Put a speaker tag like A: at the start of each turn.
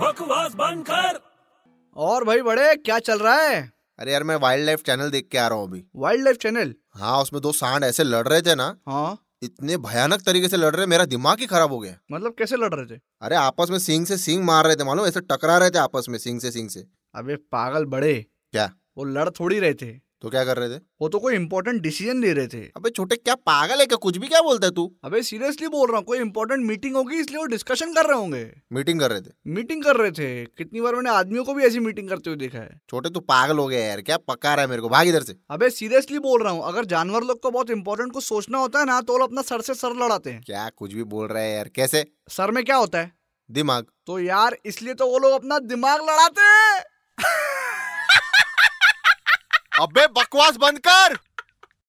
A: बकवास बंद कर
B: और भाई बड़े क्या चल रहा है
C: अरे यार मैं वाइल्ड लाइफ चैनल देख के आ रहा हूँ अभी
B: वाइल्ड लाइफ चैनल
C: हाँ उसमें दो सांड ऐसे लड़ रहे थे ना
B: हाँ
C: इतने भयानक तरीके से लड़ रहे मेरा दिमाग ही खराब हो गया
B: मतलब कैसे लड़ रहे थे
C: अरे आपस में सिंग से सिंग मार रहे थे मालूम ऐसे टकरा रहे थे आपस में सिंग से सिंग से
B: अबे पागल बड़े
C: क्या?
B: वो लड़ थोड़ी रहे थे
C: तो क्या कर रहे थे
B: वो तो कोई इम्पोर्टेंट डिसीजन ले रहे थे
C: अबे छोटे क्या पागल है क्या कुछ भी क्या बोलता है तू
B: अबे सीरियसली बोल रहा हूँ कोई इम्पोर्टेंट मीटिंग होगी इसलिए वो डिस्कशन कर रहे होंगे
C: मीटिंग कर रहे थे
B: मीटिंग कर रहे थे कितनी बार मैंने आदमियों को भी ऐसी मीटिंग करते हुए देखा है
C: छोटे तू पागल हो गया यार क्या पका रहा है मेरे को भाग इधर से
B: अबे सीरियसली बोल रहा हूँ अगर जानवर लोग को बहुत इंपॉर्टेंट कुछ सोचना होता है ना तो वो लोग अपना सर से सर लड़ाते हैं
C: क्या कुछ भी बोल रहा है यार कैसे
B: सर में क्या होता है
C: दिमाग
B: तो यार इसलिए तो वो लोग अपना दिमाग लड़ाते हैं
C: अबे बकवास बंद कर